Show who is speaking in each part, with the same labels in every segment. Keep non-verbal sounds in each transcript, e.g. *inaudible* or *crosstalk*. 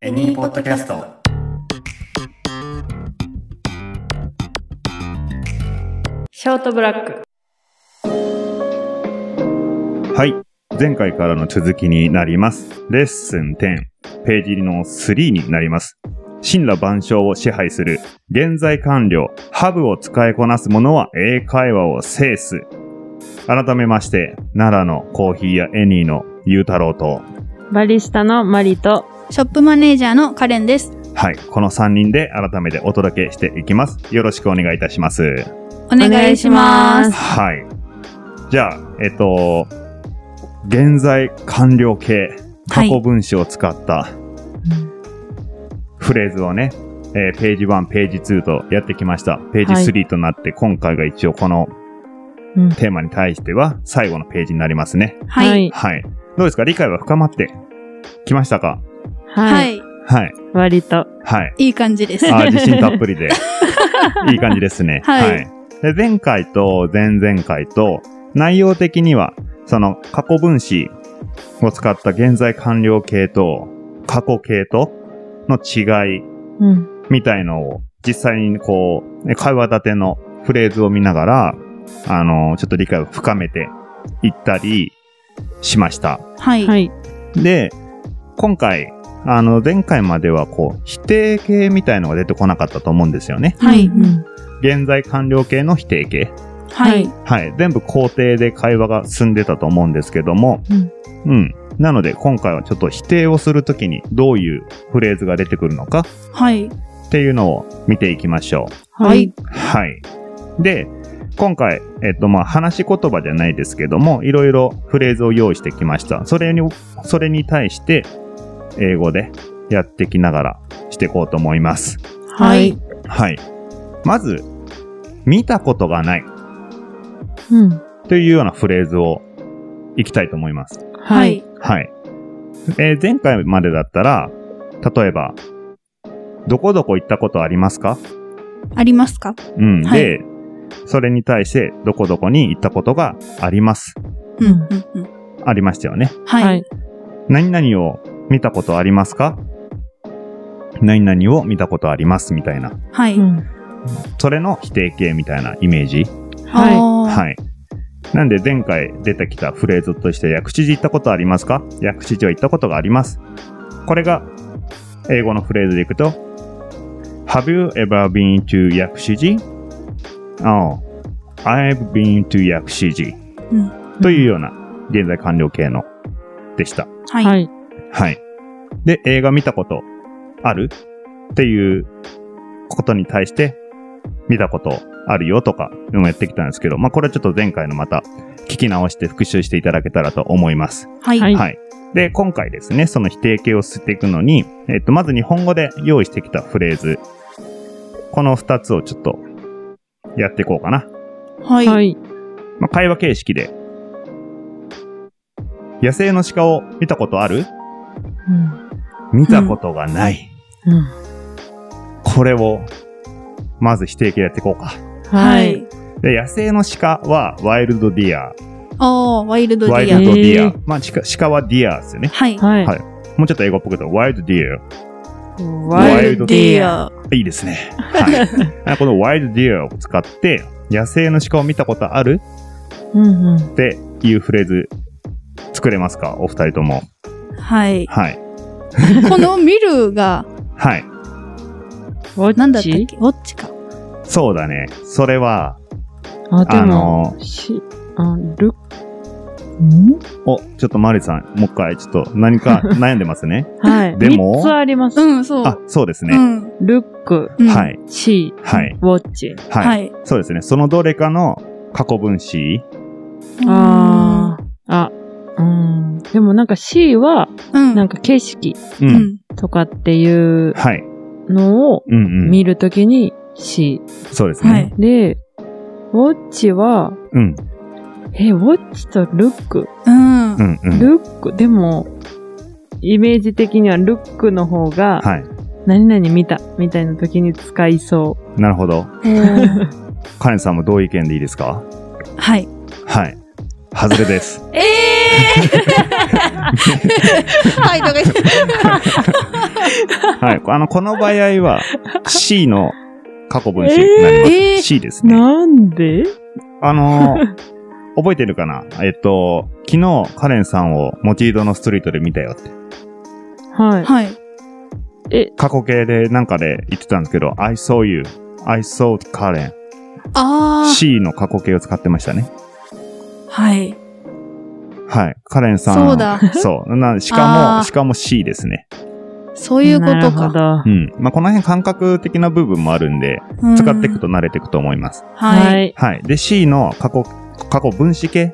Speaker 1: エニーポッドキャスト。
Speaker 2: ショートブラック。
Speaker 1: はい。前回からの続きになります。レッスン10、ページ入りの3になります。神羅万象を支配する、現在完了、ハブを使いこなす者は英会話を制す。改めまして、奈良のコーヒーやエニーのゆうたろうと、
Speaker 2: バリスタのマリと、
Speaker 3: ショップマネージャーのカレンです。
Speaker 1: はい、この3人で改めてお届けしていきます。よろしくお願いいたします。
Speaker 3: お願いします。
Speaker 1: はい。じゃあ、えっと、現在完了形、過去分詞を使ったフレーズをね、えーページ1、ページ2とやってきました。ページ3となって、今回が一応この
Speaker 2: うん
Speaker 1: テーマに対しては最後のページになりますね。
Speaker 3: はい。
Speaker 1: はい。どうですか理解は深まってきましたか
Speaker 2: は。
Speaker 3: はいい。
Speaker 1: はい。
Speaker 2: 割と。
Speaker 1: はい。
Speaker 3: いい感じです。
Speaker 1: あー自信たっぷりで。いい感じですね。
Speaker 3: はい
Speaker 1: で前回と前々回と、内容的には、その過去分詞を使った現在完了形と過去形との違い
Speaker 2: うん。
Speaker 1: みたいのを実際にこう、ね会話立てのフレーズを見ながら、あの、ちょっと理解を深めていったりしました。
Speaker 3: はい。
Speaker 2: はい。
Speaker 1: で、今回、あの、前回まではこう、否定形みたいのが出てこなかったと思うんですよね。
Speaker 3: はい
Speaker 2: うん
Speaker 1: 現在完了形の否定形。
Speaker 3: はい。
Speaker 1: はい。全部肯定で会話が進んでたと思うんですけども。
Speaker 2: うん。
Speaker 1: うん。なので、今回はちょっと否定をするときにどういうフレーズが出てくるのか
Speaker 3: はい。
Speaker 1: っていうのを見ていきましょ
Speaker 2: はい。
Speaker 1: う。はい。で、今回、えっと、まあ、話し言葉じゃないですけども、いろいろフレーズを用意してきました。それに、それに対して、英語でやってきながらしていこうと思います。
Speaker 2: は
Speaker 3: はいい。
Speaker 1: はい。まず、見たことがない。
Speaker 2: うん。
Speaker 1: というようなフレーズをいきたいと思います。
Speaker 3: は
Speaker 2: はいい。。
Speaker 1: はい。えー前回までだったら、例えば、どこどこ行ったことありますか
Speaker 3: ありますか
Speaker 1: うん。
Speaker 3: はい
Speaker 1: で、それに対して、どこどこに行ったことがあります。
Speaker 3: うん。うん。うん。
Speaker 1: ありましたよね。
Speaker 3: は
Speaker 2: はいい。。
Speaker 1: 何々を見たことありますか何々を見たことありますみたいな。
Speaker 3: はいう
Speaker 2: ん
Speaker 1: それの否定形みたいなイメージ。
Speaker 2: は
Speaker 3: は
Speaker 1: はい。なんで前回出てきたフレーズとして、薬師寺行ったことありますか薬師寺は行ったことがあります。これが、英語のフレーズでいくと、Have you ever been to 薬師寺 ?Oh, I've been to 薬師寺。
Speaker 2: い。
Speaker 1: というような、現在完了形の、でした。
Speaker 3: い。
Speaker 2: は
Speaker 3: はい。
Speaker 2: い。
Speaker 1: はい。で、映画見たことあるっていうことに対して、見たことあるよとか、いうのをやってきたんですけど、まあ、これはちょっと前回のまた、聞き直して復習していただけたらと思います。
Speaker 3: は。
Speaker 2: はいい
Speaker 1: はい。で、今回ですね、その否定形を捨てていくのに、えっと、まず日本語で用意してきたフレーズ。この二つをちょっと、やっていこうかな。
Speaker 3: は。
Speaker 2: はいい。
Speaker 1: まあ、会話形式で。野生の鹿を見たことある
Speaker 2: うん
Speaker 1: 見たことがない。
Speaker 2: うん
Speaker 1: これを、まず否定形でやっていこうか。
Speaker 3: は
Speaker 2: はい。
Speaker 3: い。
Speaker 1: で、野生の鹿はワイルドディア。
Speaker 3: あー、ワイルドデ
Speaker 1: ワイ
Speaker 3: ィア
Speaker 1: ル。ドディア。
Speaker 2: へー
Speaker 1: まあ鹿、鹿はディアですよね。
Speaker 3: はい。
Speaker 2: はい。
Speaker 1: はいもうちょっと英語っぽく言うと、ワイルドディ
Speaker 2: ワイルドディア。
Speaker 3: ア。
Speaker 1: ア。いいで
Speaker 3: *laughs*
Speaker 1: すね。はいあ。このワイルドディアを使って、野生の鹿を見たことある
Speaker 2: うんうん
Speaker 1: っていうフレーズ、作れますかお二人とも。
Speaker 3: はい。
Speaker 1: はい。
Speaker 3: この見るが、
Speaker 1: はい。
Speaker 2: ウォ
Speaker 3: なんだったっ
Speaker 2: ッチ
Speaker 3: けウォッチか。
Speaker 1: そうだね。それは、
Speaker 2: あ、で
Speaker 1: あ
Speaker 2: も、
Speaker 1: の
Speaker 2: し、あ、ルん
Speaker 1: お、ちょっとマリさん、もう一回、ちょっと何か悩んでま
Speaker 3: *laughs*
Speaker 1: すね。
Speaker 2: はい。
Speaker 1: でも
Speaker 2: 三つあります。
Speaker 3: うん、そう。
Speaker 1: あ、そうです
Speaker 3: う
Speaker 1: ね。
Speaker 3: ん。
Speaker 2: ルック、
Speaker 3: うん
Speaker 1: はい。
Speaker 2: シー、
Speaker 1: はい。
Speaker 2: ウォッチ。
Speaker 1: は。
Speaker 3: はいい。
Speaker 1: そうですね。そのどれかの過去分詞
Speaker 2: ああ。あ、うん。でもなんか C は、
Speaker 3: あ。うん。
Speaker 2: なんか景色
Speaker 3: う
Speaker 1: う。
Speaker 3: んん。
Speaker 2: とかっていう
Speaker 1: はい。
Speaker 2: のを
Speaker 1: うんうん。
Speaker 2: 見るときに C。
Speaker 1: そうですね。
Speaker 3: はい。
Speaker 2: で、ウォッチは、
Speaker 1: うん。
Speaker 2: え、ウォッチとルック。
Speaker 3: うん。
Speaker 1: うんうん。
Speaker 2: ルック、でも、イメージ的にはルックの方が、
Speaker 1: はい。
Speaker 2: 何々見たみたいな時に使いそ
Speaker 1: なるほど。
Speaker 3: うん
Speaker 1: カレンさんも同意見でいいですか
Speaker 3: はい。 *laughs*
Speaker 1: はい。外れです。
Speaker 3: ええ *laughs* はい、とか言って。
Speaker 1: はい。あの、この場合は C の過去分詞になります。
Speaker 3: えー
Speaker 1: C ですね。
Speaker 2: なんで
Speaker 1: あのー覚えてるかなえっと、昨日、カレンさんをモチードのストリートで見たよって。
Speaker 2: はい。
Speaker 3: はい。
Speaker 1: 過去形でなんかで言ってたんですけど、I saw you, I saw Karen。
Speaker 3: あー。
Speaker 1: C の過去形を使ってましたね。
Speaker 3: はい。
Speaker 1: はい。カレンさん。
Speaker 3: そうだ。
Speaker 1: そう。なし
Speaker 3: あ
Speaker 1: か
Speaker 3: ー
Speaker 1: も、しかも C ですね。
Speaker 3: そういうことか。
Speaker 2: か
Speaker 1: う。ん。まあ、この辺感覚的な部分もあるんで、
Speaker 3: うん
Speaker 1: 使っていくと。慣れていくと思います。
Speaker 3: はい。
Speaker 2: い。
Speaker 1: はい。で、C の過去、過去分子形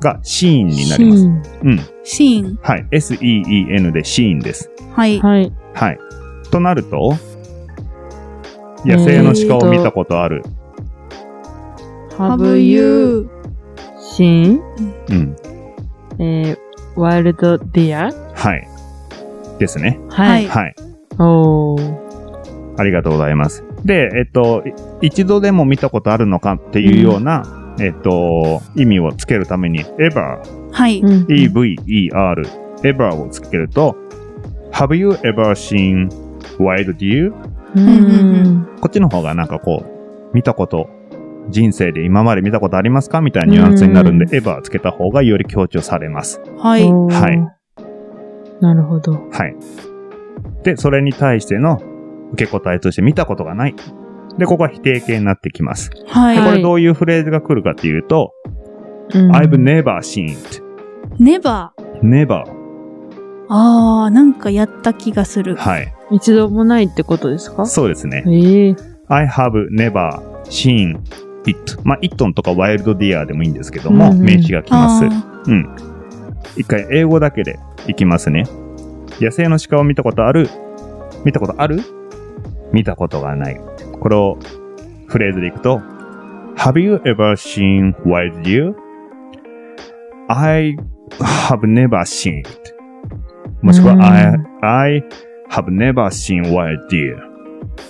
Speaker 1: がシーンになります。うん。
Speaker 3: シーン。
Speaker 1: はい。S-E-E-N でシーンです。
Speaker 3: はい。
Speaker 2: はい。
Speaker 1: はい。となると、野生の鹿を見たことある。
Speaker 2: Have you seen
Speaker 1: うん。
Speaker 2: えー wild deer?
Speaker 1: はい。ですね。
Speaker 3: はい
Speaker 1: はい。
Speaker 2: おー。
Speaker 1: ありがとうございます。で、えっと、い一度でも見たことあるのかっていうような、えっと、意味をつけるために、ever,
Speaker 3: はい。
Speaker 2: うん
Speaker 1: E-V-E-R, ever をつけると、have you ever seen wild deer?
Speaker 2: うん
Speaker 3: うん
Speaker 1: こっちの方がなんかこう、見たこと、人生で今まで見たことありますかみたいなニュアンスになるんで、
Speaker 2: う
Speaker 1: エヴァつけた方がより強調されます。
Speaker 3: はい。
Speaker 2: おー
Speaker 1: はい
Speaker 2: なるほど。
Speaker 1: はい。で、それに対しての受け答えとして見たことがない。で、ここは否定形になってきます。で
Speaker 3: はい。
Speaker 2: は
Speaker 1: こ
Speaker 2: い
Speaker 1: れどういうフレーズが来るかっていうと、I've never seen it.
Speaker 3: ネバー。
Speaker 1: never.
Speaker 3: あー、なんかやった気がする。
Speaker 1: はい。
Speaker 2: 一度もないってことですか
Speaker 1: そうですね。
Speaker 2: ええ。
Speaker 1: I have never seen it. まあ、it のとかワイルドディアでもいいんですけども、
Speaker 2: うんうん
Speaker 1: 名詞が来ま
Speaker 3: あ
Speaker 1: す。
Speaker 3: ー。
Speaker 1: うん。一回英語だけでいきますね。野生の鹿を見たことある見たことある見たことがない。これをフレーズでいくと、Have you ever seen wild deer?I have never seen it. もしくは、
Speaker 2: うん
Speaker 1: I, I have never seen wild deer.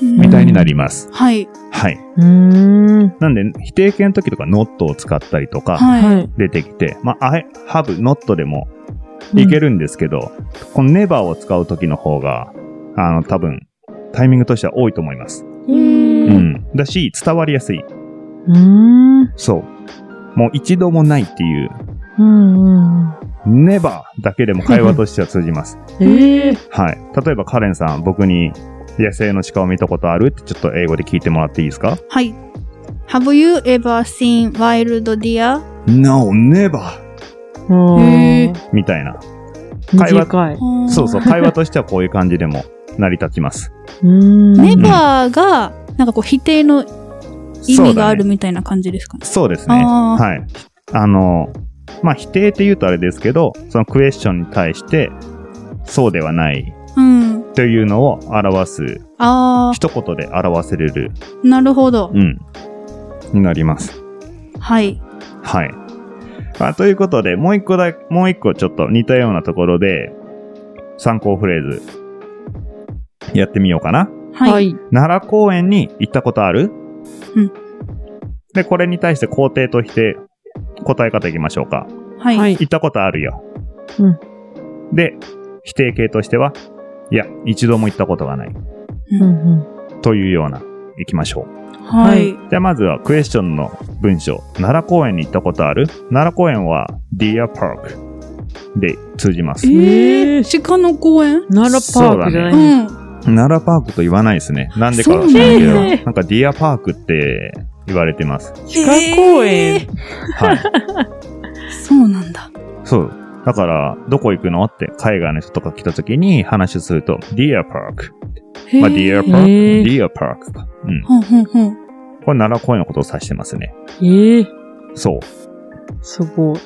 Speaker 3: うん
Speaker 1: みたいになります。
Speaker 3: はい。
Speaker 1: はい。
Speaker 2: うーん。
Speaker 1: なんで、否定形の時とか not を使ったりとか、
Speaker 3: は
Speaker 2: は
Speaker 1: 出てきて、まあ、I have not でもいけるんですけど、この never を使う時の方が、あの、多分、タイミングとしては多いと思います。
Speaker 3: い。
Speaker 1: う。
Speaker 2: うん
Speaker 1: だし、伝わりやすい。
Speaker 2: うーん。
Speaker 1: そう。もう一度もないっていう、
Speaker 2: うんうん。
Speaker 1: never だけでも会話としては通じます。
Speaker 2: ええ。
Speaker 1: はい。例えば、カレンさん、僕に野生の鹿を見たことあるってちょっと英語で聞いてもらっていいですか
Speaker 3: はい。Have you ever seen wild deer?
Speaker 1: ?No, never!
Speaker 2: お
Speaker 3: へえ
Speaker 2: ー。
Speaker 1: みたいな。会話
Speaker 2: 短い。
Speaker 1: そうそう、
Speaker 3: う。
Speaker 1: 会話としてはこういう感じでも成り立ちます。
Speaker 2: うーん。
Speaker 3: ネバーが、なんかこう否定の意味があるみたいな感じですかね。
Speaker 1: そうですね。
Speaker 3: あー
Speaker 1: はい。あの、まあ、否定って言うとあれですけど、そのクエスチョンに対して、そうではない
Speaker 3: うん。
Speaker 1: というのを表す、
Speaker 3: あ
Speaker 1: 一言で表せれる、
Speaker 3: ー、なるほど。
Speaker 1: うん、になります。
Speaker 3: はい。
Speaker 1: はい。あということで、もう一個だ、もう一個ちょっと似たようなところで、参考フレーズ、やってみようかな。
Speaker 3: はい。
Speaker 2: い。
Speaker 1: 奈良公園に行ったことある
Speaker 3: うん。
Speaker 1: で、これに対して肯定と否定、答え方いきましょうか。
Speaker 3: はい。
Speaker 2: はい。
Speaker 1: 行ったことあるよ。
Speaker 2: うん
Speaker 1: で、否定形としては、いや、一度も行ったことがない。
Speaker 2: うんうん。
Speaker 1: というような、行きましょう。
Speaker 3: は
Speaker 2: はい
Speaker 3: い。
Speaker 1: じゃあまずはクエスチョンの文章。奈良公園に行ったことある奈良公園は Deer Park で通じます。
Speaker 2: え
Speaker 3: えー、鹿の公園
Speaker 2: 奈良パークじゃな
Speaker 3: う
Speaker 2: いん
Speaker 3: ん。
Speaker 1: 奈良パークと言わないですね。なんでかは知ら
Speaker 2: そ
Speaker 1: な
Speaker 2: うな
Speaker 1: い
Speaker 2: んや
Speaker 1: けど、なんか Deer Park って言われてます。
Speaker 2: 鹿公園。 *laughs*
Speaker 1: はい。
Speaker 3: そうなんだ。
Speaker 1: そう。だから、どこ行くのって海外の人とか来た時に話すると、Deer Park。まあ、Deer
Speaker 2: ー
Speaker 1: Park。Deer Park か。うん。
Speaker 3: ほんほんほん。
Speaker 1: これ奈良公園のことを指してますね。
Speaker 2: ええ。
Speaker 1: そう。
Speaker 2: すごい。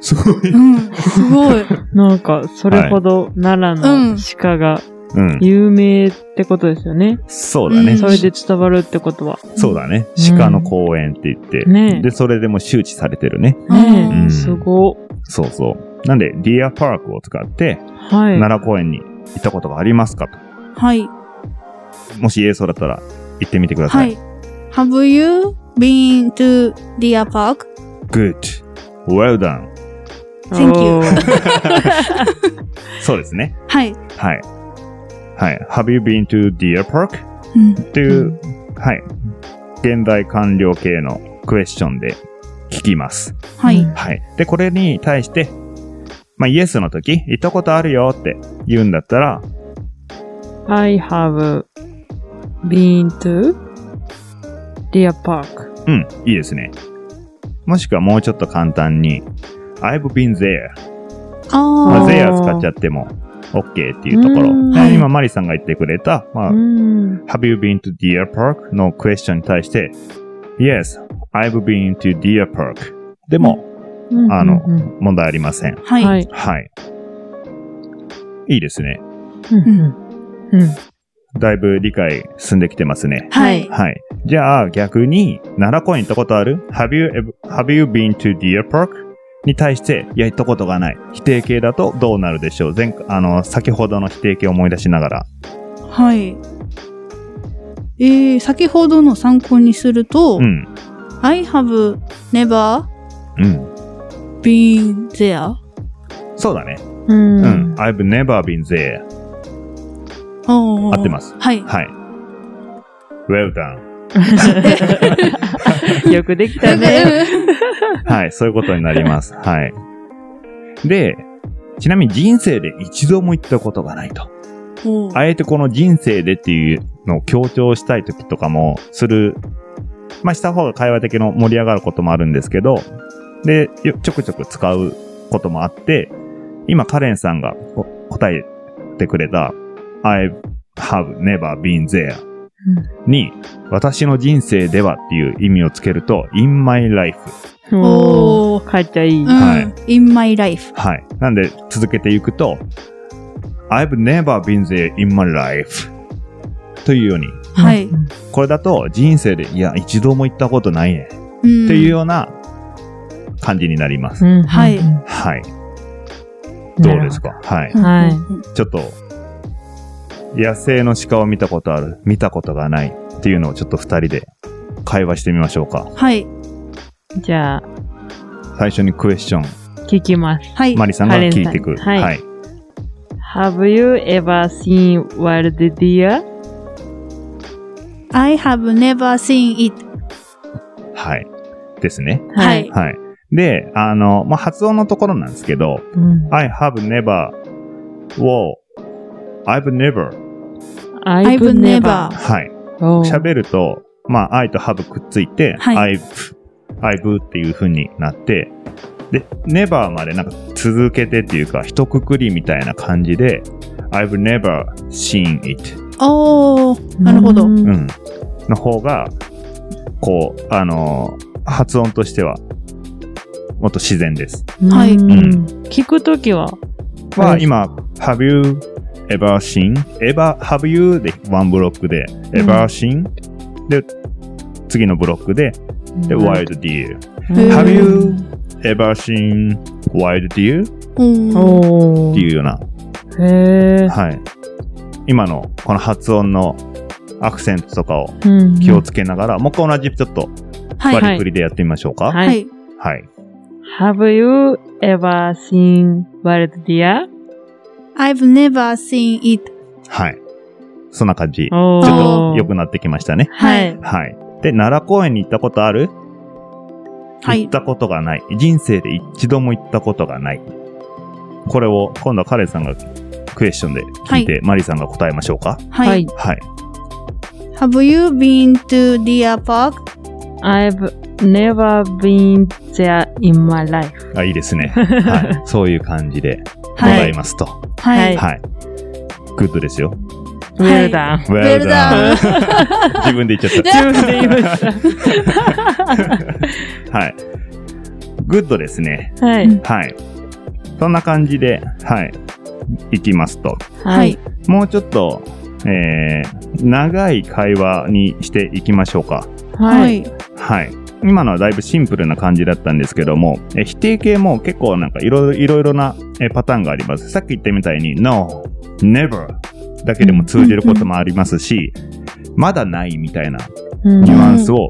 Speaker 1: すごい。
Speaker 3: うん。す *laughs* ごい。
Speaker 2: なんか、それほど奈良の鹿が
Speaker 1: うん。
Speaker 2: 有名ってことですよね。
Speaker 1: そうだね。
Speaker 3: うん
Speaker 2: それで伝わるってことは。
Speaker 1: そうだね
Speaker 2: う。ん
Speaker 1: 鹿の公園って言って。
Speaker 2: ねえ
Speaker 1: で、それでもう周知されてるね。
Speaker 3: う
Speaker 2: ね
Speaker 1: ん
Speaker 2: え。すごい。
Speaker 1: そうそう。なんで、ディアパークを使って、
Speaker 2: はい。
Speaker 1: 奈良公園に行ったことがありますかと。
Speaker 3: はい。
Speaker 1: もし、ええそうだったら、行ってみてくださ。
Speaker 3: はいい。Have you been to Deer Park?
Speaker 1: Good. Well done.
Speaker 3: Thank you.
Speaker 2: おー
Speaker 1: そうですね。
Speaker 3: はい。
Speaker 1: はい。はい。Have you been to Deer Park?
Speaker 3: うん。
Speaker 1: っていう、はい。現代完了系のクエスチョンで聞きます。
Speaker 3: はい。
Speaker 1: はい。で、これに対して、まあ、イエスの時、行ったことあるよって言うんだったら、
Speaker 2: I have been to Deer Park.
Speaker 1: うん、いいですね。もしくはもうちょっと簡単に、I've been there。ま
Speaker 3: あ
Speaker 1: あ、
Speaker 2: ぜ
Speaker 1: there 使っちゃっても OK っていうところ。
Speaker 2: うん
Speaker 1: まあ
Speaker 3: はい
Speaker 1: 今、マリさんが言ってくれた、まあ
Speaker 2: う、ん。
Speaker 1: Have you been to Deer Park? のクエスチョンに対して、Yes, I've been to Deer Park. でも、あの
Speaker 2: うんうん
Speaker 1: 問題ありません。
Speaker 3: あ。は
Speaker 2: うん
Speaker 3: い。
Speaker 2: は
Speaker 3: はい。
Speaker 2: い。
Speaker 1: はい。いいですね。
Speaker 2: うんうんうん
Speaker 1: だいぶ理解進んできてますね。
Speaker 3: はい。
Speaker 1: はい。じゃあ、逆に、奈良公園行ったことある ?Have you, ever- have you been to Deer Park? に対して、いや、行ったことがない。否定形だとどうなるでしょう前回、あの、先ほどの否定形を思い出しながら。
Speaker 3: えー、先ほどの参考にすると、
Speaker 1: うん。
Speaker 3: I have never
Speaker 1: うん。
Speaker 3: been there.
Speaker 1: そうだね。
Speaker 2: う。
Speaker 1: うんん。I've never been there.
Speaker 3: 合
Speaker 1: 合ってます。
Speaker 3: はい。
Speaker 1: はい。Well done.
Speaker 2: よくできたね。
Speaker 1: はい。そういうことになります。はい。で、ちなみに人生で一度も行ったことがないと。
Speaker 3: おー
Speaker 1: あえてこの人生でっていうのを強調したい時とかもする、まあした方が会話的の盛り上がることもあるんですけど、で、よちょくちょく使うこともあって、今カレンさんがこ答えてくれた I have never been there に、私の人生ではっていう意味をつけると in my life。
Speaker 2: うん
Speaker 3: おー
Speaker 2: 帰っちゃいい。
Speaker 3: うん。
Speaker 1: は
Speaker 3: in my life.
Speaker 1: はい。なんで続けていくと I've never been there in my life というように
Speaker 3: はい。
Speaker 1: これだと人生で、いや、一度も行ったことないね。
Speaker 3: うん。
Speaker 1: っていうような感じになります。
Speaker 2: うん。
Speaker 3: はい
Speaker 2: ん
Speaker 1: はい。どうですかはい。
Speaker 2: はい
Speaker 3: うん
Speaker 1: ちょっと、野生の鹿を見たことある、見たことがないっていうのをちょっと二人で会話してみましょうか。
Speaker 3: はい。
Speaker 2: じゃあ、
Speaker 1: 最初にクエスチョン、
Speaker 2: 聞きます。
Speaker 3: はい。
Speaker 1: マリさんが聞いていく。
Speaker 2: カレンさんはい Have you ever seen wild deer?
Speaker 3: I have never seen it.
Speaker 1: はい。ですね。
Speaker 3: はい。
Speaker 1: はい。で、あの、まあ、発音のところなんですけど、
Speaker 2: うん
Speaker 1: I have never, を I've never,
Speaker 2: I've never.
Speaker 1: はい。
Speaker 2: おー
Speaker 1: 喋ると、まあ、I と have くっついて、
Speaker 3: は
Speaker 1: I've、I've っていう風になって、で、never までなんか続けてっていうか、一括りみたいな感じで、I've never seen it、
Speaker 3: おー、なるほど。
Speaker 2: う
Speaker 3: うん
Speaker 1: うん、の方が、こう、あのー発音としては、もっと自然です。
Speaker 3: はい
Speaker 2: うん聞くときは、
Speaker 1: ま
Speaker 2: は
Speaker 1: あ、
Speaker 2: い
Speaker 1: 今、have you ever seen? ever, have you? で、ワンブロックで、ever seen?、で、次のブロックで、で、wild deer。
Speaker 2: うん
Speaker 3: へー
Speaker 1: Have you ever seen wild deer? っ
Speaker 3: ん
Speaker 2: おー
Speaker 1: ていうような、
Speaker 2: へー
Speaker 1: はい。今のこの発音のアクセントとかを
Speaker 2: うん
Speaker 1: 気をつけながら、もう一回同じちょっと
Speaker 3: は
Speaker 1: バ
Speaker 3: い。
Speaker 1: リクリでやってみましょうか。はい。
Speaker 2: はい。
Speaker 3: い。
Speaker 2: Have you ever seen wild deer?
Speaker 3: I've never seen it.
Speaker 1: はい。そんな感じ。
Speaker 2: おー
Speaker 3: ち
Speaker 1: ょ良くなってきましたね。
Speaker 2: はい。
Speaker 1: はい。で、奈良公園に行ったことある
Speaker 3: は
Speaker 1: 行
Speaker 3: い
Speaker 1: っ。たことがない。人生で一度も行ったことがない。これを今度はカレンさんがクエスチョンで聞いて、マリさんが答えましょうか。
Speaker 3: はい。
Speaker 2: はい。
Speaker 1: はい。
Speaker 3: Have you been to Deer Park?
Speaker 2: I've never been there in my life.
Speaker 1: あ、いいです *laughs* ね。はい。そういう感じでございますと。は。
Speaker 3: はい
Speaker 2: い
Speaker 1: グッドですよ。
Speaker 3: *laughs*
Speaker 2: Well done.
Speaker 1: Well
Speaker 3: Well
Speaker 1: done.
Speaker 3: done.
Speaker 1: 自分で言っちゃっ
Speaker 2: 自分で言いました。
Speaker 1: た。はい。グッドですね。
Speaker 2: はい。
Speaker 1: はい。そんな感じで、はい。いきますと。
Speaker 3: は
Speaker 2: はいい。。
Speaker 1: もうちょっと、えー、長い会話にしていきましょうか。
Speaker 3: は
Speaker 2: はい。
Speaker 3: い。
Speaker 1: はい。今のはだいぶシンプルな感じだったんですけども、え否定形も結構なんかいろいろいろいろなえパターンがあります。さっき言ったみたいに、no, never だけでも通じることもありますし、まだないみたいな
Speaker 2: うん
Speaker 1: ニュアンスを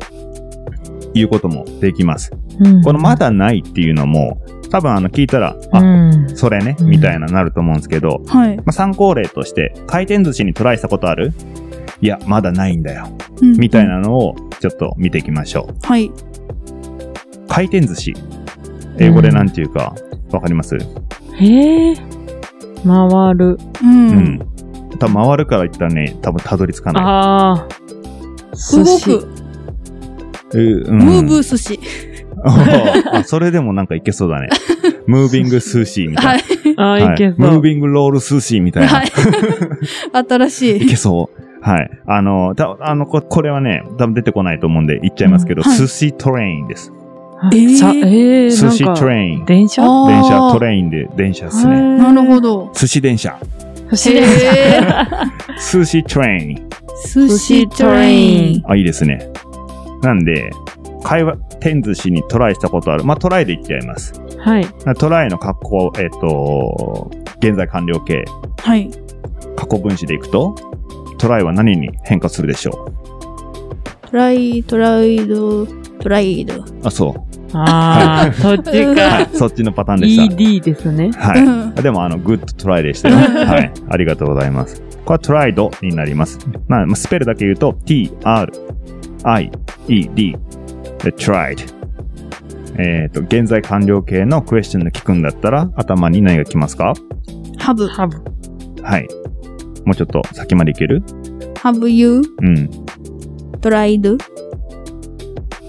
Speaker 1: 言うこともできます。
Speaker 2: うん
Speaker 1: このまだないっていうのも、多分あの聞いたら、
Speaker 2: う
Speaker 1: あ、
Speaker 2: ん。
Speaker 1: それね、
Speaker 2: うん
Speaker 1: みたいななると思うんですけど、
Speaker 3: はい。
Speaker 1: まあ、参考例として、回転寿司にトライしたことあるいや、まだないんだよ。
Speaker 3: うん
Speaker 1: みたい。なのをちょっと見ていきましょ
Speaker 3: はい。
Speaker 1: う。回転寿司。英語でなんていうか、わかります
Speaker 2: へえ。回る。
Speaker 3: うん。
Speaker 1: うん。多分回るから言ったらね、多分たどり着かない。
Speaker 2: ああ。
Speaker 3: 動
Speaker 2: 寿司
Speaker 3: く。
Speaker 1: ううん
Speaker 3: ムーブ寿司。
Speaker 1: *laughs* あそれでもなんかいけそうだ
Speaker 2: *laughs*
Speaker 1: ね。ムービングスーシーみた
Speaker 3: はいい。
Speaker 2: ああ、
Speaker 1: な。
Speaker 2: いけ
Speaker 1: ム
Speaker 2: そ
Speaker 1: ー
Speaker 2: う。
Speaker 1: ビングロールスーシーみたいな。、
Speaker 3: はいい。新しい。
Speaker 1: けそう。はい。あの、たあのこ、これはね、多分出てこないと思うんで言っちゃいますけど、
Speaker 3: うんはい
Speaker 1: 寿司トレインです。
Speaker 2: あ
Speaker 3: えー
Speaker 2: さええ、
Speaker 1: 寿
Speaker 2: なん
Speaker 1: 司
Speaker 2: か
Speaker 1: トレイン。電
Speaker 2: 電車
Speaker 3: あー
Speaker 1: 車、トレインで電車ですね。
Speaker 3: なるほ
Speaker 2: ど。
Speaker 3: ど。
Speaker 1: 寿司電車。
Speaker 2: 寿司電車。
Speaker 3: へー
Speaker 1: 寿司トレイン。
Speaker 3: 寿司トレイン。
Speaker 1: あ、いいですね。なんで、会話、天寿司にトライしたことある。まあ、トライで言っちゃいます。
Speaker 2: はい。
Speaker 1: トライの格好、えっ、と、現在完了形。
Speaker 3: はい。
Speaker 1: 過去分詞でいくと、トライは何に変化するでしょ
Speaker 3: トライ、トライド、トライド。
Speaker 1: うあ、そう。
Speaker 2: ああ、そっち
Speaker 1: は
Speaker 2: か。
Speaker 1: い、そっちのパターンでした。
Speaker 2: ED ですね。
Speaker 1: はい。
Speaker 3: うん
Speaker 1: でも、あの、グッドトライでしたよ。はい。ありがとうございます。これはトライドになります。まあ、まあスペルだけ言うと、t, r, i, e, d, で tried。えっ、と、現在完了形のクエスチョンで聞くんだったら、頭に何が来ますか
Speaker 3: ハブ。
Speaker 2: ハブ。
Speaker 1: はい。もうちょっと先までいける
Speaker 3: ハブユー、
Speaker 1: うん。
Speaker 3: トライド。
Speaker 1: うん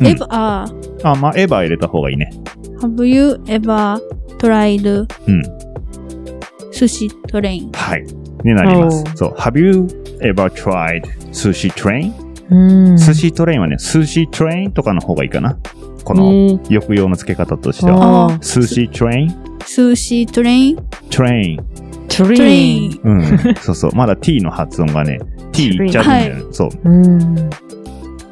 Speaker 3: エヴァ、
Speaker 1: あ、まあ、エヴァ入れた方がいいね。
Speaker 3: ハブユー、エヴァ、トライド、
Speaker 1: うん。
Speaker 3: 寿司トレイン。
Speaker 1: はい。になります
Speaker 2: お。う
Speaker 1: そう。Have you ever tried sushi train?、
Speaker 2: うん。
Speaker 1: 寿司トレインはね、寿司トレインとかの方がいいかな。この、
Speaker 2: ね
Speaker 1: 抑揚の付け方としては。
Speaker 2: あー
Speaker 1: 寿司トレイン
Speaker 3: 寿司トレイン、
Speaker 1: トレイン。
Speaker 2: ト
Speaker 3: トレ
Speaker 2: レイ
Speaker 3: イ
Speaker 2: ン。
Speaker 3: ン。 *laughs*
Speaker 1: うん。そうそう。まだ t の発音がね、t いっちゃうんだよね。そう。
Speaker 2: うん。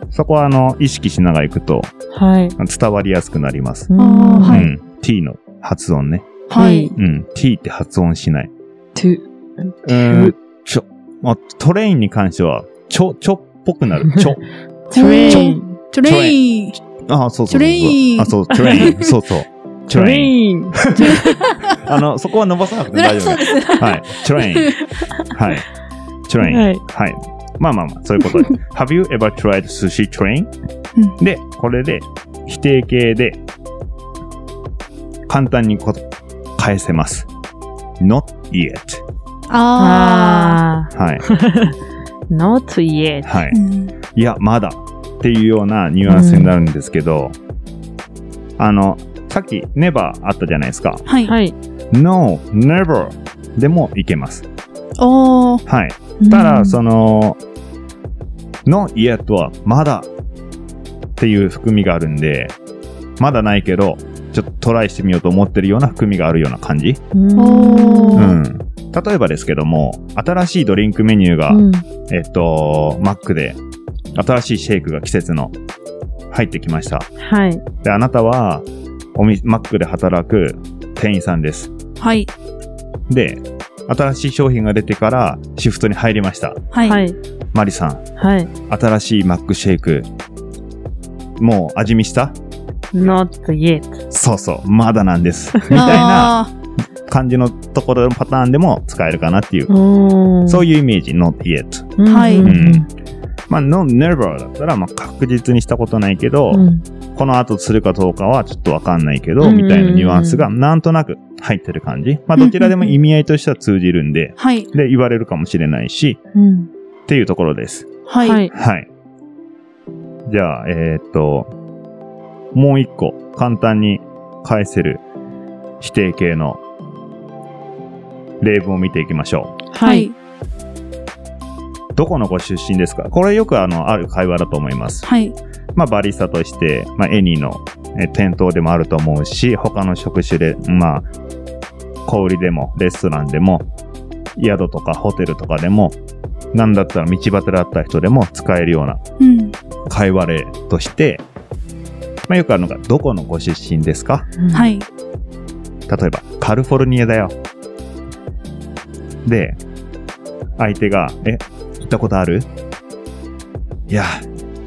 Speaker 1: そこは、あの、意識しながらいくと
Speaker 2: はい。
Speaker 1: 伝わりやすくなります。
Speaker 2: うん
Speaker 3: あーは
Speaker 1: う
Speaker 3: い
Speaker 1: ん。t の発音ね。
Speaker 3: はい。。
Speaker 1: うん。t って発音しない。
Speaker 2: トゥ。
Speaker 1: うーん。ちょ、まあ、トレインに関しては、ちょ、ちょっぽく
Speaker 3: *laughs*
Speaker 1: なる。ちょ。
Speaker 2: トレイン。
Speaker 3: トレイン。
Speaker 1: ああ、そうそ
Speaker 3: ト
Speaker 1: うそうそう。
Speaker 3: レイン
Speaker 1: あ、そう、トレイン。そ
Speaker 3: *laughs*
Speaker 1: うそう。
Speaker 2: トレ
Speaker 1: ン。
Speaker 2: イン。
Speaker 1: あの、そこは伸ばさなくて大丈
Speaker 3: そう
Speaker 1: 夫で
Speaker 3: です。
Speaker 1: す。はい。トレ
Speaker 3: *laughs*
Speaker 1: イン。はい。トレイン。
Speaker 2: は
Speaker 1: はいい。まあまあまあ、そういう
Speaker 3: *laughs*
Speaker 1: ことで。Have you ever tried sushi train?
Speaker 3: う
Speaker 1: で、これで、否定形で、簡単にこと返せます。not yet.
Speaker 3: あ *laughs*
Speaker 2: あ
Speaker 1: はい。
Speaker 2: ー。not yet.
Speaker 1: はい
Speaker 3: ー。う。ん
Speaker 1: いや、まだっていうようなニュアンスになるんですけど、あの、さっき never あったじゃないですか。
Speaker 3: はい。
Speaker 2: はい。
Speaker 1: No, never でもいけます。
Speaker 3: おー。
Speaker 1: はい。た
Speaker 2: う
Speaker 1: だ、
Speaker 2: ん
Speaker 1: その、の yet はまだっていう含みがあるんで、まだないけど、ちょっとトライしてみようと思ってるような含みがあるような感じ。
Speaker 2: うん
Speaker 3: お
Speaker 1: う
Speaker 3: ー
Speaker 1: ん。例えばですけども、新しいドリンクメニューが、
Speaker 2: うん
Speaker 1: えっと、マックで、新しいシェイクが季節の入ってきました。
Speaker 2: はい。
Speaker 1: で、あなたは、おみ、マックで働く店員さんです。
Speaker 3: はい。
Speaker 1: で、新しい商品が出てからシフトに入りました。
Speaker 3: はい。
Speaker 2: はい。
Speaker 1: マリさん、
Speaker 2: はい。
Speaker 1: 新しいマックシェイク、もう味見した
Speaker 2: not yet.
Speaker 1: そうそう、まだなん
Speaker 2: *laughs*
Speaker 1: です。みたいな
Speaker 3: あ
Speaker 1: 感じのところのパターンでも使えるかなっていう、
Speaker 2: そ
Speaker 1: そうういうイメージ、not yet。
Speaker 2: ん
Speaker 3: はい
Speaker 1: うんまあ、no, never だったら、まあ、確実にしたことないけど、
Speaker 2: うん
Speaker 1: この後するかどうかはちょっとわかんないけ
Speaker 2: うん
Speaker 1: ど、
Speaker 2: うんうん
Speaker 1: みたいなニュアンスがなんとなく入ってる感じ。まあ、どちらでも意味合いとしては通じるんで
Speaker 3: ー、はい。
Speaker 1: で、言われるかもしれないし、
Speaker 2: うん
Speaker 1: っていうところです。
Speaker 3: はい。
Speaker 2: はい。
Speaker 1: はい。じゃあ、えーっと、もう一個、簡単に返せる否定形の例文を見ていきましょ
Speaker 3: は
Speaker 2: はいい。。。
Speaker 1: う。どこのご出身ですかこれよくあの、ある会話だと思います。
Speaker 3: はい。
Speaker 1: まあ、バリスタとして、まあ、エニーのえ店頭でもあると思うし、他の職種で、まあ、小売りでも、レストランでも、宿とかホテルとかでも、なんだったら道端であった人でも使えるような
Speaker 3: うん。
Speaker 1: 会話例として、まあ、よくあるのが、どこのご出身ですか
Speaker 3: はいい。
Speaker 1: 例えば、カリフォルニアだよ。で、相手が、え、行ったことあるいや、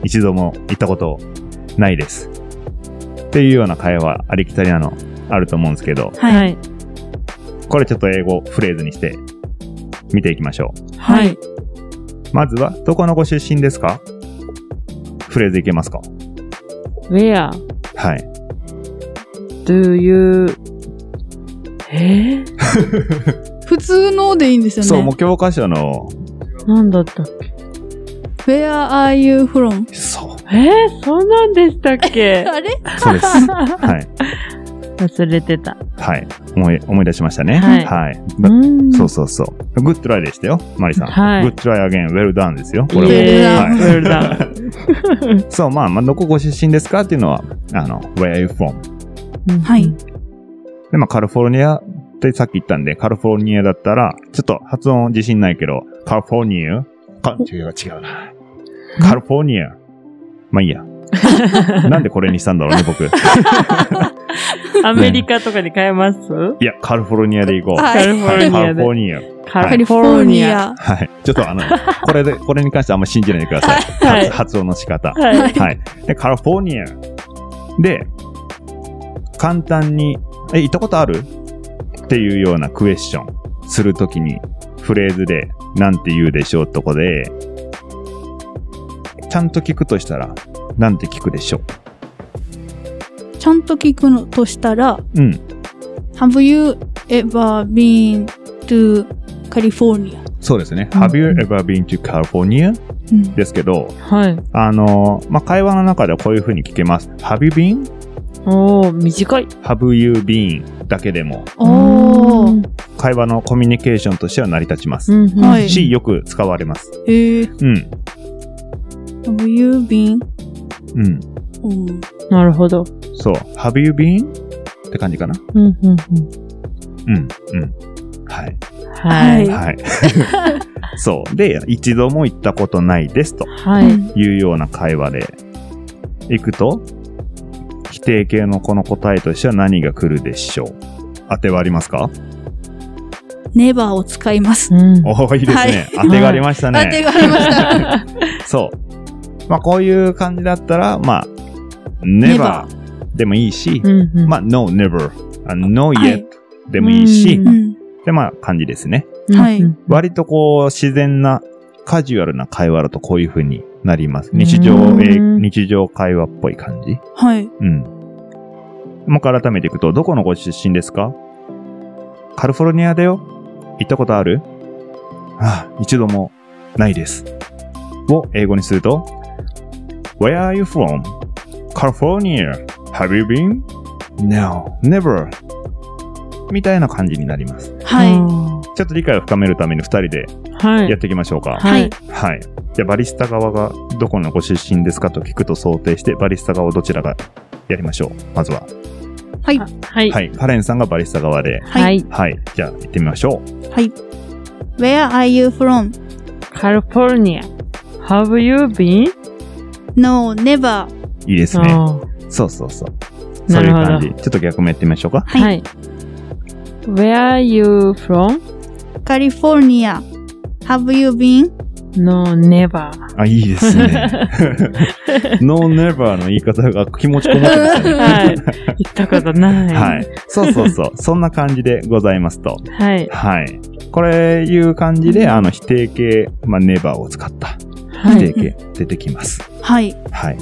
Speaker 1: 一度も行ったことないです。っていうような会話、ありきたりなのあると思うんですけど、
Speaker 3: はい。
Speaker 2: い。
Speaker 1: これちょっと英語フレーズにして見ていきましょ
Speaker 2: は
Speaker 3: はいい。
Speaker 1: う。まずは、どこのご出身ですかフレーズいけますか
Speaker 2: Where
Speaker 1: はい。
Speaker 2: do you えー、
Speaker 3: 普通のでいいんですよね。
Speaker 1: そう、もう教科書の、
Speaker 2: なんだったっ
Speaker 3: Where are you from?
Speaker 1: そう、
Speaker 2: けえー、そんなんでしたっけ
Speaker 3: あれ
Speaker 1: そうです。はい。
Speaker 2: *laughs* 忘れてた。
Speaker 1: はい。思い、思い出しましたね。
Speaker 2: はい
Speaker 1: はい。
Speaker 2: う
Speaker 1: だ
Speaker 2: ん
Speaker 1: そうそうそう。グッドライでしたよ、マリさん。
Speaker 2: はい
Speaker 1: グッドライアゲン、ウェルダンですよ。こ
Speaker 2: イ
Speaker 1: れも。
Speaker 2: エーイ
Speaker 1: は
Speaker 2: Well done
Speaker 1: そう、まあ、まあ、どこご出身ですかっていうのは、あの、where are you from?
Speaker 2: うん
Speaker 3: はい
Speaker 1: で、まあ、カリフォルニアってさっき言ったんで、カリフォルニアだったら、ちょっと発音自信ないけど、カリフォルニアか違う、違うな。カリフォルニア。まあいい
Speaker 2: *laughs*
Speaker 1: や。なんでこれにしたんだろうね、僕。い
Speaker 2: アメリカとかに変えます
Speaker 1: や、カリフォルニアで行こう。
Speaker 3: は
Speaker 1: はいい
Speaker 2: カリフォ
Speaker 1: カ
Speaker 2: ル
Speaker 1: リ
Speaker 2: ニ
Speaker 1: フ
Speaker 2: アで
Speaker 1: ォ。ルニア。
Speaker 2: カ
Speaker 3: カリフォルニ。ア。
Speaker 1: はい。ちょっとあ
Speaker 2: *laughs*
Speaker 1: の、これで、これに関してはあんま信じないでください。
Speaker 2: はい
Speaker 1: 発発音の仕方。
Speaker 2: は。
Speaker 3: はいい
Speaker 1: はい。で、カリフォルニア。で、簡単に、え、行ったことあるっていうようなクエスチョンするときに、フレーズで、なんて言うでしょうとこで、ちゃんと聞くとしたら、なんて聞くでしょう
Speaker 3: ちゃんと聞くのとしたら、
Speaker 1: うん。
Speaker 3: Have you ever been to California?
Speaker 1: そうですね。
Speaker 2: うん
Speaker 1: Have you ever been to California?
Speaker 3: うん
Speaker 1: ですけど、
Speaker 2: はい。
Speaker 1: あの、まあ、会話の中ではこういう風に聞けます。Have you been?
Speaker 2: おー、短い。
Speaker 1: Have you been? だけでも、
Speaker 3: おー。
Speaker 1: 会話のコミュニケーションとしては成り立ちます。
Speaker 2: うんうん。
Speaker 3: はい
Speaker 1: し、よく使われます。
Speaker 3: えー、
Speaker 1: うん。
Speaker 3: Have you been?
Speaker 1: うん。
Speaker 3: うん
Speaker 2: なるほど。
Speaker 1: そう。Have you been? って感じかな。
Speaker 2: うんうんうん。
Speaker 1: うん。うん。はい。
Speaker 2: はい。
Speaker 1: はい。 *laughs* そう。で、一度も行ったことないですと
Speaker 2: は
Speaker 3: う
Speaker 2: い。
Speaker 3: ん
Speaker 1: いうような会話で行くと、否定形のこの答えとしては何が来るでしょう当てはありますか、
Speaker 3: Never を使います。
Speaker 2: うん。
Speaker 1: おおいいですね。当てがありましたね。
Speaker 3: 当てがありま *laughs* した。
Speaker 1: そう。まあ、こういう感じだったら、まあ、never でもいいし、
Speaker 2: うんうん。
Speaker 1: まあ、no, never, あ no,
Speaker 3: はい
Speaker 1: yet でもいいし、
Speaker 2: うん
Speaker 3: うん。
Speaker 1: で、まあ、感じですね。
Speaker 2: うんうん、
Speaker 3: はい
Speaker 1: 割とこう、自然な、カジュアルな会話だとこういう風になります。
Speaker 2: うん
Speaker 1: 日常、え日常会話っぽい感じ。
Speaker 3: はい。
Speaker 1: うん。もう一回改めていくと、どこのご出身ですかカリフォルニアだよ。行ったことあるああ、一度もないです。を英語にすると、Where are you from? California. Have you been? No, never. みたいな感じになります。
Speaker 3: はい。
Speaker 1: ちょっと理解を深めるために二人で
Speaker 2: はい。はい
Speaker 1: やっ。ていきましょうか。
Speaker 2: はい。
Speaker 1: はい。じゃあ、バリスタ側がどこのご出身ですかと聞くと想定して、バリスタ側どちらがやりましょう。まずは。
Speaker 3: はい。
Speaker 2: はい。
Speaker 1: はい。カレンさんがバリスタ側で。
Speaker 3: はい。
Speaker 1: はい。じゃあ、行ってみましょ
Speaker 3: Where are you from?
Speaker 2: カリフォルニア。Have you been?
Speaker 3: No, never.
Speaker 1: う。いいですね。
Speaker 2: あー
Speaker 1: そうそうそう。そ
Speaker 2: な
Speaker 1: うい
Speaker 2: る
Speaker 1: う
Speaker 2: ほど
Speaker 1: 感じ。ちょっと逆もやってみましょうか。
Speaker 3: はい
Speaker 2: はい。Where are you from?
Speaker 3: California. Have you been?
Speaker 2: No, never.
Speaker 1: あ、いいです
Speaker 2: *laughs*
Speaker 1: ね。ノーネバーの言い方が気持ちこもってます
Speaker 3: *laughs*
Speaker 2: *laughs*
Speaker 1: ね。
Speaker 2: はい。行ったことない。
Speaker 1: はい。そうそうそう。そんな感じでございますと。
Speaker 2: はい。
Speaker 1: はい。これいう感じで、あの、否定形、まあ、ネバーを使った
Speaker 2: は
Speaker 1: 否
Speaker 2: い。
Speaker 1: 定形出てきます。
Speaker 3: はい。
Speaker 1: はい。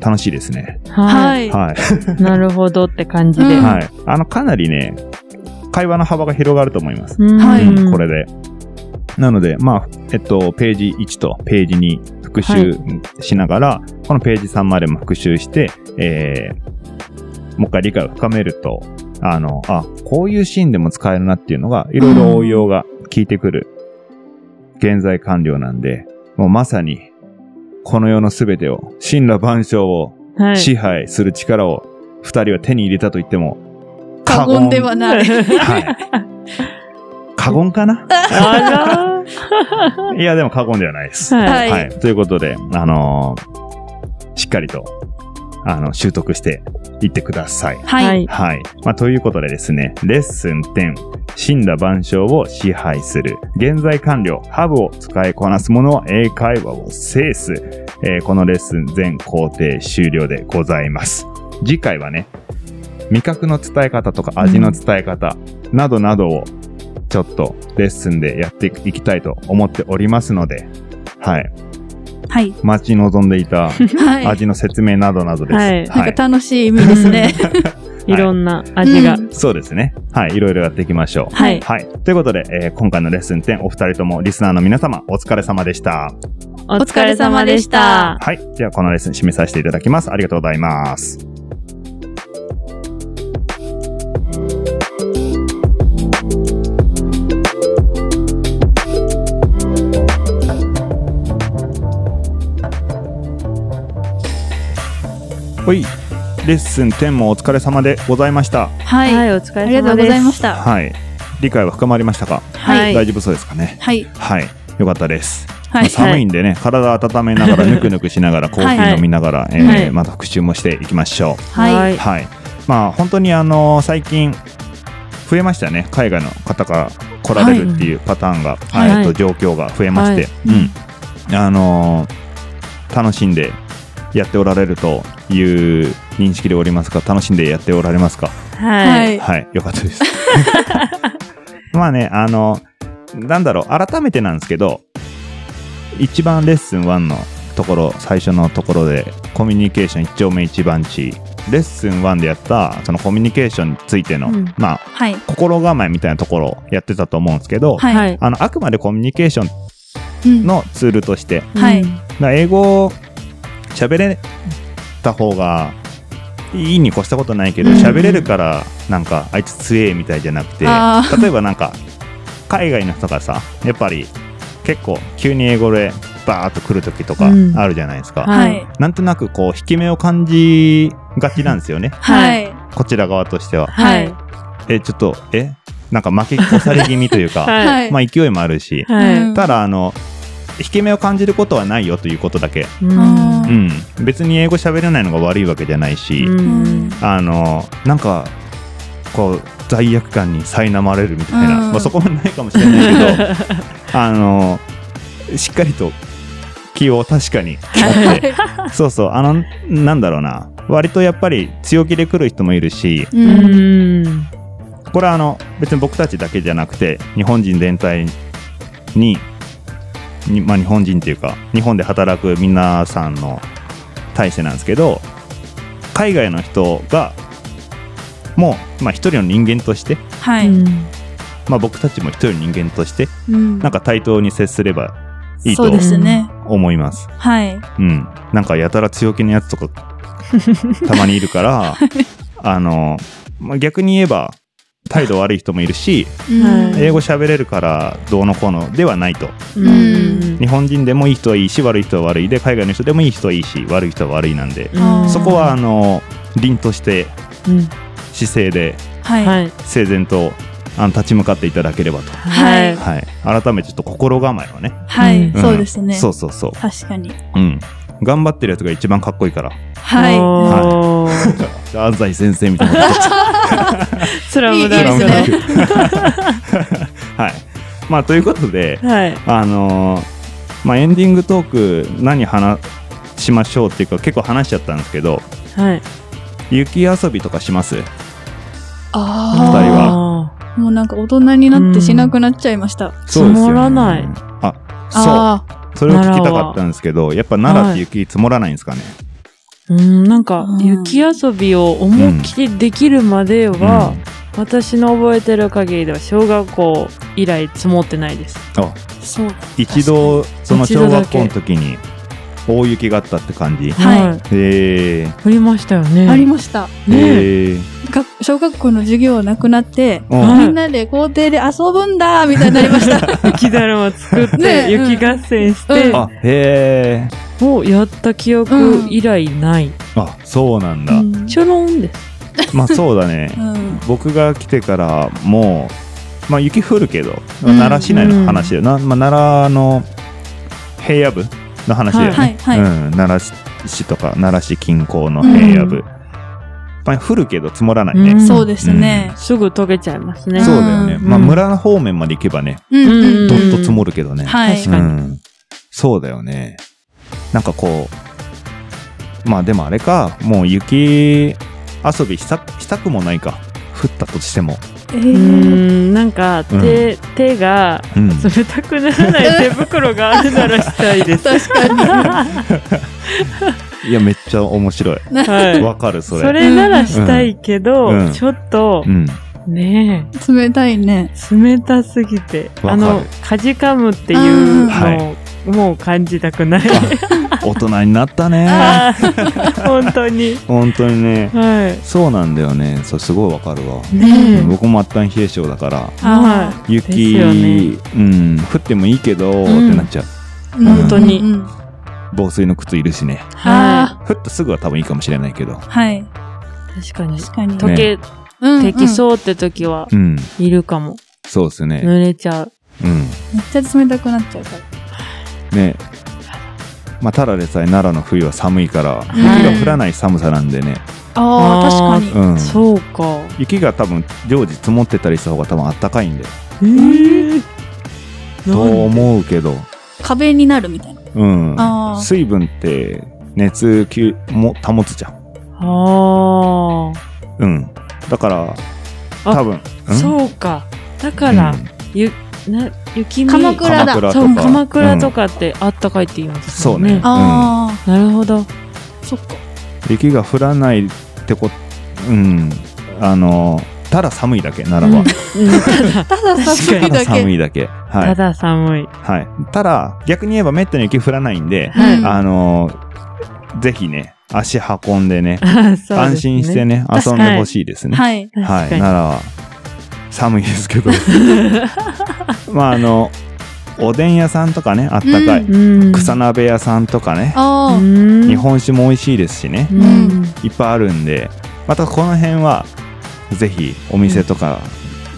Speaker 1: 楽しいですね。
Speaker 2: は
Speaker 3: はい。
Speaker 1: はい。
Speaker 2: い。なるほどって感じで。
Speaker 3: うん
Speaker 1: はい。あの、かなりね、会話の幅が広がると思います。
Speaker 2: うん
Speaker 3: はい
Speaker 1: うんこれで。なので、まあ、えっと、ページ1とページ2復習しながら、このページ3までも復習して、えー、もう一回理解を深めると、あの、あ、こういうシーンでも使えるなっていうのが、いろいろ応用が効いてくる、現在完了なんで、もうまさに、この世のすべてを、神羅万象を
Speaker 2: はい。
Speaker 1: 支配する力を二人は手に入れたと言っても
Speaker 3: 過言ではない。
Speaker 1: はい。過言かな
Speaker 2: あら
Speaker 1: いや、でも過言ではないです。
Speaker 2: はい
Speaker 3: はい
Speaker 1: ということで、あのーしっかりと、あの、習得していってください。
Speaker 3: はい。
Speaker 1: はい。まあ、ということでですね、レッスン10、神羅万象を支配する、現在完了、ハブを使いこなす者は英会話を制す、えーこのレッスン全工程終了でございます。次回はね、味覚の伝え方とか味の伝え方などなどをちょっとレッスンでやっていきたいと思っておりますので、はい。
Speaker 3: はい。
Speaker 1: 待ち望んでいた
Speaker 3: はい。
Speaker 1: 味の説明などなどです。
Speaker 2: は
Speaker 1: はいい。
Speaker 3: なんか楽しい意味ですね。
Speaker 2: いろんな
Speaker 3: *laughs*
Speaker 2: 味が。
Speaker 3: うん
Speaker 1: そうですね。はい。いろいろやっていきましょう。
Speaker 3: は
Speaker 2: はいい。
Speaker 1: はい。ということで、えー今回のレッスン10、お二人ともリスナーの皆様、お疲れ様でした。
Speaker 2: お
Speaker 3: 疲れ様でした
Speaker 1: はい。では、このレッスン締めさせていただきます。ありがとうございます。はい。レッスン10もお疲れ様でございました。
Speaker 3: は。
Speaker 2: はいい、お疲
Speaker 3: あり
Speaker 2: れ
Speaker 3: がと
Speaker 2: 様
Speaker 3: うご
Speaker 2: で
Speaker 3: ざい
Speaker 2: す。
Speaker 3: ました。
Speaker 1: はい。理解は深まりましたか、
Speaker 3: は
Speaker 2: はい
Speaker 3: い。
Speaker 1: 大丈夫そうですかね。
Speaker 3: はい。
Speaker 1: はい。よかったです。
Speaker 3: はい。
Speaker 1: 寒いんでね、体温めながら、ぬくぬくしながら、コーヒー飲みながら、えー
Speaker 2: はい
Speaker 1: また復習もしていきましょ。
Speaker 3: は
Speaker 2: はいい。
Speaker 1: はい。まあ、本当にあの最近、増えましたね。海外の方が来られるっていうパターンが、
Speaker 2: はい
Speaker 1: えっと、状況が増えまして、うん。あのー楽しんでやっておられるという認識でおりますが、楽しんでやっておられますか
Speaker 2: はい。
Speaker 3: い。
Speaker 1: はい、よかったです。 *laughs* まあね、あの、なんだろう、改めてなんですけど、一番レッスン1のところ、最初のところで、コミュニケーション一丁目一番地、レッスン1でやった、そのコミュニケーションについての、
Speaker 2: うん
Speaker 1: まあ、
Speaker 3: はい。
Speaker 1: 心構えみたいなところをやってたと思うんですけど、
Speaker 3: はい
Speaker 2: はい。
Speaker 1: あの、あくまでコミュニケーション
Speaker 3: うん
Speaker 1: のツールとして、
Speaker 3: はい
Speaker 2: うん
Speaker 1: だから英語を喋れた方がいいに越したことないけど
Speaker 3: うん
Speaker 1: 喋、れるからなんかあいつ強えみたいじゃなくて
Speaker 3: あ
Speaker 1: 例えばなんか海外の人がさやっぱり結構急に英語でバーッと来る時とか
Speaker 2: うん
Speaker 1: あるじゃないですか、
Speaker 2: は
Speaker 3: はいい。
Speaker 1: なんとなくこう引き目を感じがちなんですよね
Speaker 3: はい。
Speaker 1: こちら側としては
Speaker 2: はい。
Speaker 1: えちょっとえなんか負け越され気味というか、
Speaker 2: はい。
Speaker 3: はい。
Speaker 1: まあ勢いもあるし、
Speaker 2: はい。
Speaker 3: うん
Speaker 1: ただあの引き目を感じることはないよということだけ
Speaker 2: うん
Speaker 3: あ
Speaker 1: うん、別に英語喋れないのが悪いわけじゃないし、
Speaker 2: う
Speaker 3: うん
Speaker 2: ん
Speaker 1: あのなんかこう罪悪感に苛まれるみたいな、
Speaker 3: うん
Speaker 1: まあ、そこもないかもしれ
Speaker 3: *laughs*
Speaker 1: ないけどあのしっかりと気を確かに持
Speaker 3: *laughs*
Speaker 1: ってそうそうあのなんだろうな割とやっぱり強気で来る人もいるし
Speaker 3: う。
Speaker 2: うんん
Speaker 1: これはあの別に僕たちだけじゃなくて日本人全体ににまあ、日本人っていうか日本で働く皆さんの対してなんですけど海外の人がもう、まあ、一人の人間として、
Speaker 3: は
Speaker 2: う
Speaker 3: い。
Speaker 2: ん
Speaker 1: まあ、僕たちも一人の人間として
Speaker 3: うん
Speaker 1: なんか対等に接すればいい
Speaker 3: そう
Speaker 1: と
Speaker 3: ですね。
Speaker 1: 思います。
Speaker 3: はい。
Speaker 1: うん、なんかやたら強気なやつ
Speaker 3: *laughs*
Speaker 1: とかたまにいるからあの、まあ、逆に言えば態度悪い人もいるし
Speaker 3: うん
Speaker 1: 英語喋れるからどうのこうのではないと
Speaker 2: うん
Speaker 1: 日本人でもいい人はいいし悪い人は悪いで海外の人でもいい人はいいし悪い人は悪いなんで
Speaker 3: あー
Speaker 1: そこはあの凛として
Speaker 2: うん
Speaker 1: 姿勢で
Speaker 3: はい。
Speaker 2: はい
Speaker 1: 整然とあの立ち向かっていただければと、
Speaker 3: はい
Speaker 1: はい、改めてちょっと心構えをね
Speaker 3: はい。
Speaker 1: うん
Speaker 3: そうですね。
Speaker 1: そうそうそう、
Speaker 3: 確かに。
Speaker 1: うん、頑張ってるやつが一番かっこいいから
Speaker 3: は
Speaker 2: おー
Speaker 1: 安西先生みたいなこと
Speaker 2: スラム
Speaker 3: い
Speaker 2: ダ
Speaker 3: い
Speaker 2: ン
Speaker 3: で
Speaker 2: ク
Speaker 3: すね
Speaker 2: の
Speaker 1: はいまあということで
Speaker 2: はい
Speaker 1: あのーまあ、エンディングトーク何話しましょうっていうか結構話しちゃったんですけど
Speaker 2: はい
Speaker 1: 雪遊びとかします
Speaker 3: い。
Speaker 1: 二人は
Speaker 3: ああ。もうなんか大人になってしなくなっちゃいました。
Speaker 1: そうですよね
Speaker 2: 積もらない。
Speaker 1: あ、そ
Speaker 3: ああ。
Speaker 1: う。それを聞きたかったんですけど、やっぱ奈良って雪積もらないんですかね。
Speaker 2: うんなんか
Speaker 3: うん
Speaker 2: 雪遊びを思いっきりできるまでは私の覚えてる限りでは小学校以来積もってないです
Speaker 1: うんあ、
Speaker 3: そう。
Speaker 1: 一度、その
Speaker 2: 一
Speaker 1: 小
Speaker 2: 度だ
Speaker 1: 学
Speaker 2: け
Speaker 1: 校の時に大雪があったって感じ。
Speaker 3: はい
Speaker 1: え
Speaker 2: 降りましたよね
Speaker 3: ありました。
Speaker 1: ー、
Speaker 2: ね
Speaker 1: えー、
Speaker 3: が小学校の授業なくなって、
Speaker 1: うん
Speaker 2: はい
Speaker 3: みんなで校庭で遊ぶんだみたいになりました。
Speaker 2: 雪だるま作っ
Speaker 3: ね
Speaker 2: て
Speaker 3: うん
Speaker 2: 雪合戦して
Speaker 3: うん
Speaker 1: あ、へえー。
Speaker 2: をやった記憶以来ない
Speaker 1: あ、そうなんだ。
Speaker 3: うん
Speaker 2: ちょろんです
Speaker 1: まあそうだね
Speaker 3: う。ん
Speaker 1: 僕が来てからもう、まあ雪降るけど、
Speaker 3: うん
Speaker 1: 奈良市内の話で、なまあ、奈良の平野部の話だよね。
Speaker 3: はいはい。
Speaker 1: うん、奈良市とか奈良市近郊の平野部、
Speaker 2: う
Speaker 1: まあ、降るけど積もらないね、
Speaker 2: うん
Speaker 3: そうですね。
Speaker 2: すぐ溶けちゃいますね
Speaker 1: そうだよね、
Speaker 3: うん
Speaker 1: まあ、村の方面まで行けばね、
Speaker 3: うん
Speaker 2: うん
Speaker 3: うん
Speaker 1: どっと積もるけどね、
Speaker 3: はい。
Speaker 2: 確かに
Speaker 1: うんそうだよねなんかこうまあでもあれかもう雪遊びしたしたくもないか降ったとしても、
Speaker 3: え
Speaker 2: うー
Speaker 3: ー、
Speaker 2: んなんか手,、手が
Speaker 1: うん、
Speaker 2: 冷たくならない手袋があるならしたい
Speaker 3: *laughs*
Speaker 2: です。
Speaker 3: 確かに。
Speaker 1: いやめっちゃ面白い
Speaker 2: は
Speaker 1: わかる
Speaker 2: い、
Speaker 1: それ
Speaker 2: それならしたいけど、
Speaker 1: うん
Speaker 2: ちょっと
Speaker 1: う、ん、
Speaker 2: ね
Speaker 3: 冷たいね。
Speaker 2: え冷たすぎて
Speaker 1: わかる
Speaker 2: あのかじかむっていうの
Speaker 1: は
Speaker 2: を、もう感じたくない。
Speaker 1: 大人になった
Speaker 2: *laughs*
Speaker 1: ね
Speaker 2: あー本当に。
Speaker 1: 本当にね
Speaker 2: は
Speaker 1: そうなんだよねそれすごいわかるわ、
Speaker 2: い。ね
Speaker 3: うん
Speaker 1: 僕も末端冷え性だから
Speaker 2: はです
Speaker 1: 雪、
Speaker 2: よね
Speaker 1: うん降ってもいいけど、
Speaker 3: ん
Speaker 1: ってなっちゃう
Speaker 3: うん
Speaker 1: 本
Speaker 2: 当に
Speaker 3: うんうん
Speaker 1: 防水の靴いるしね
Speaker 2: は
Speaker 1: 降ったすぐは多分いいかもしれないけど
Speaker 3: い。はい。
Speaker 2: い。確かに。
Speaker 3: 確かに。
Speaker 1: ね
Speaker 2: 溶け
Speaker 3: うん
Speaker 2: てきそうって時は
Speaker 1: うん
Speaker 2: いるかも。
Speaker 1: そうですね、
Speaker 2: 濡れちゃう。
Speaker 1: うん
Speaker 3: うん。めっちゃ冷たくなっちゃうから。
Speaker 1: ねまあ、ただでさえ奈良の冬は寒いから
Speaker 3: い
Speaker 1: 雪が降らない寒さなんでね、
Speaker 3: ああ、
Speaker 2: あー
Speaker 3: 確かに。
Speaker 1: うん、
Speaker 2: そうか。
Speaker 1: 雪が多分常時積もってたりした方が多分あったかいんで
Speaker 2: えー、
Speaker 1: と
Speaker 2: なんで
Speaker 1: 思うけど、
Speaker 3: 壁になるみたいな。
Speaker 1: うん
Speaker 3: あ、ー
Speaker 1: 水分って熱きも保つじゃん、
Speaker 2: あ
Speaker 1: うん、だから
Speaker 2: あ
Speaker 1: 多分
Speaker 2: あ、そうか。だから、
Speaker 1: うん
Speaker 2: ゆな雪見
Speaker 3: 鎌倉だ
Speaker 1: 鎌倉と
Speaker 2: そう
Speaker 1: か
Speaker 2: 鎌倉と
Speaker 1: うん
Speaker 2: かってあったかいって言います
Speaker 1: そう
Speaker 2: もん
Speaker 1: ね
Speaker 3: あ
Speaker 2: なるほど。
Speaker 3: あ、そっか。
Speaker 1: 雪が降らないってこうんあのただ寒いだ
Speaker 3: *laughs*
Speaker 1: け奈良は、
Speaker 2: うんただ、
Speaker 3: たださ、
Speaker 2: 確か
Speaker 3: 好
Speaker 2: に
Speaker 3: き
Speaker 1: ただ
Speaker 3: だ
Speaker 1: 寒
Speaker 3: け。
Speaker 1: いだけ、は
Speaker 2: た
Speaker 1: い
Speaker 2: だ寒い。
Speaker 1: はい、ただ逆に言えばめったに雪降らないんで、
Speaker 2: *laughs* はい
Speaker 3: うん
Speaker 1: あのぜひね足運んでね
Speaker 2: あそうですね
Speaker 1: 安心してね
Speaker 3: 確
Speaker 1: 遊
Speaker 3: か
Speaker 1: ん
Speaker 3: に
Speaker 1: でほしいですね。
Speaker 3: はい。
Speaker 2: 確
Speaker 1: はい、
Speaker 2: かに。
Speaker 1: 奈良は寒いです
Speaker 2: *laughs*
Speaker 1: けどまああのおでん屋さんとかねあったかい、
Speaker 3: う
Speaker 2: うん
Speaker 1: 草鍋屋さんとかね、
Speaker 3: ああ、
Speaker 1: 日
Speaker 2: 日。
Speaker 1: 本酒も美味しいですしね
Speaker 2: う
Speaker 3: うん
Speaker 2: ん。
Speaker 1: いっぱいあるんでまたこの辺はぜひお店とか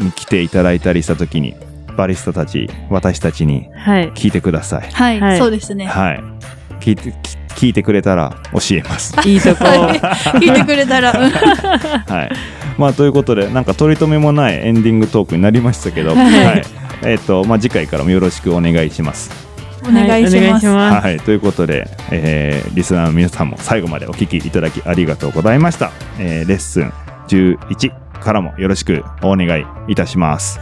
Speaker 1: に来ていただいたりした時にバリスタたち私たちに *laughs*
Speaker 2: はい。
Speaker 1: 聞いてください。
Speaker 3: はい、
Speaker 2: はい
Speaker 3: そうですね。
Speaker 1: はい聞いてき聞いてくれたら教えます。
Speaker 2: いいとこ。
Speaker 3: はい *laughs* 聞いてくれたら。うん
Speaker 1: はい。まあ、ということで、なんか取り留めもないエンディングトークになりましたけど、
Speaker 2: はい
Speaker 1: はい。えっ、と、まあ、次回からもよろしくお願いします。
Speaker 3: お願いし
Speaker 2: はお願
Speaker 3: ま
Speaker 2: い
Speaker 3: す。
Speaker 2: しま
Speaker 1: はい。ということで、えーリスナーの皆さんも最後までお聞きいただきありがとうございました。えーレッスン11からもよろしくお願いいたします。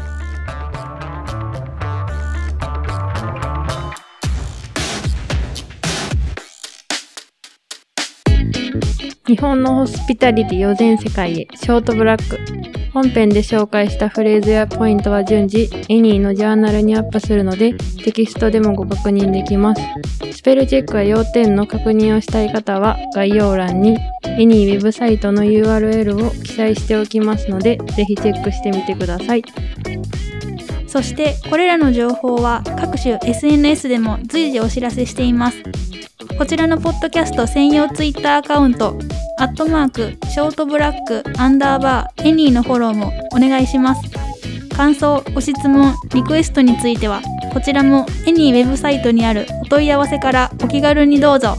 Speaker 4: 日本のホスピタリティを全世界へショートブラック本編で紹介したフレーズやポイントは順次エニーのジャーナルにアップするのでテキストでもご確認できますスペルチェックや要点の確認をしたい方は概要欄にエニーウェブサイトの URL を記載しておきますのでぜひチェックしてみてください
Speaker 5: そしてこれらの情報は各種 SNS でも随時お知らせしていますこちらのポッドキャスト専用ツイッターアカウントアットマークショートブラックアンダーバーエニーのフォローもお願いします感想ご質問リクエストについてはこちらもエニーウェブサイトにあるお問い合わせからお気軽にどうぞ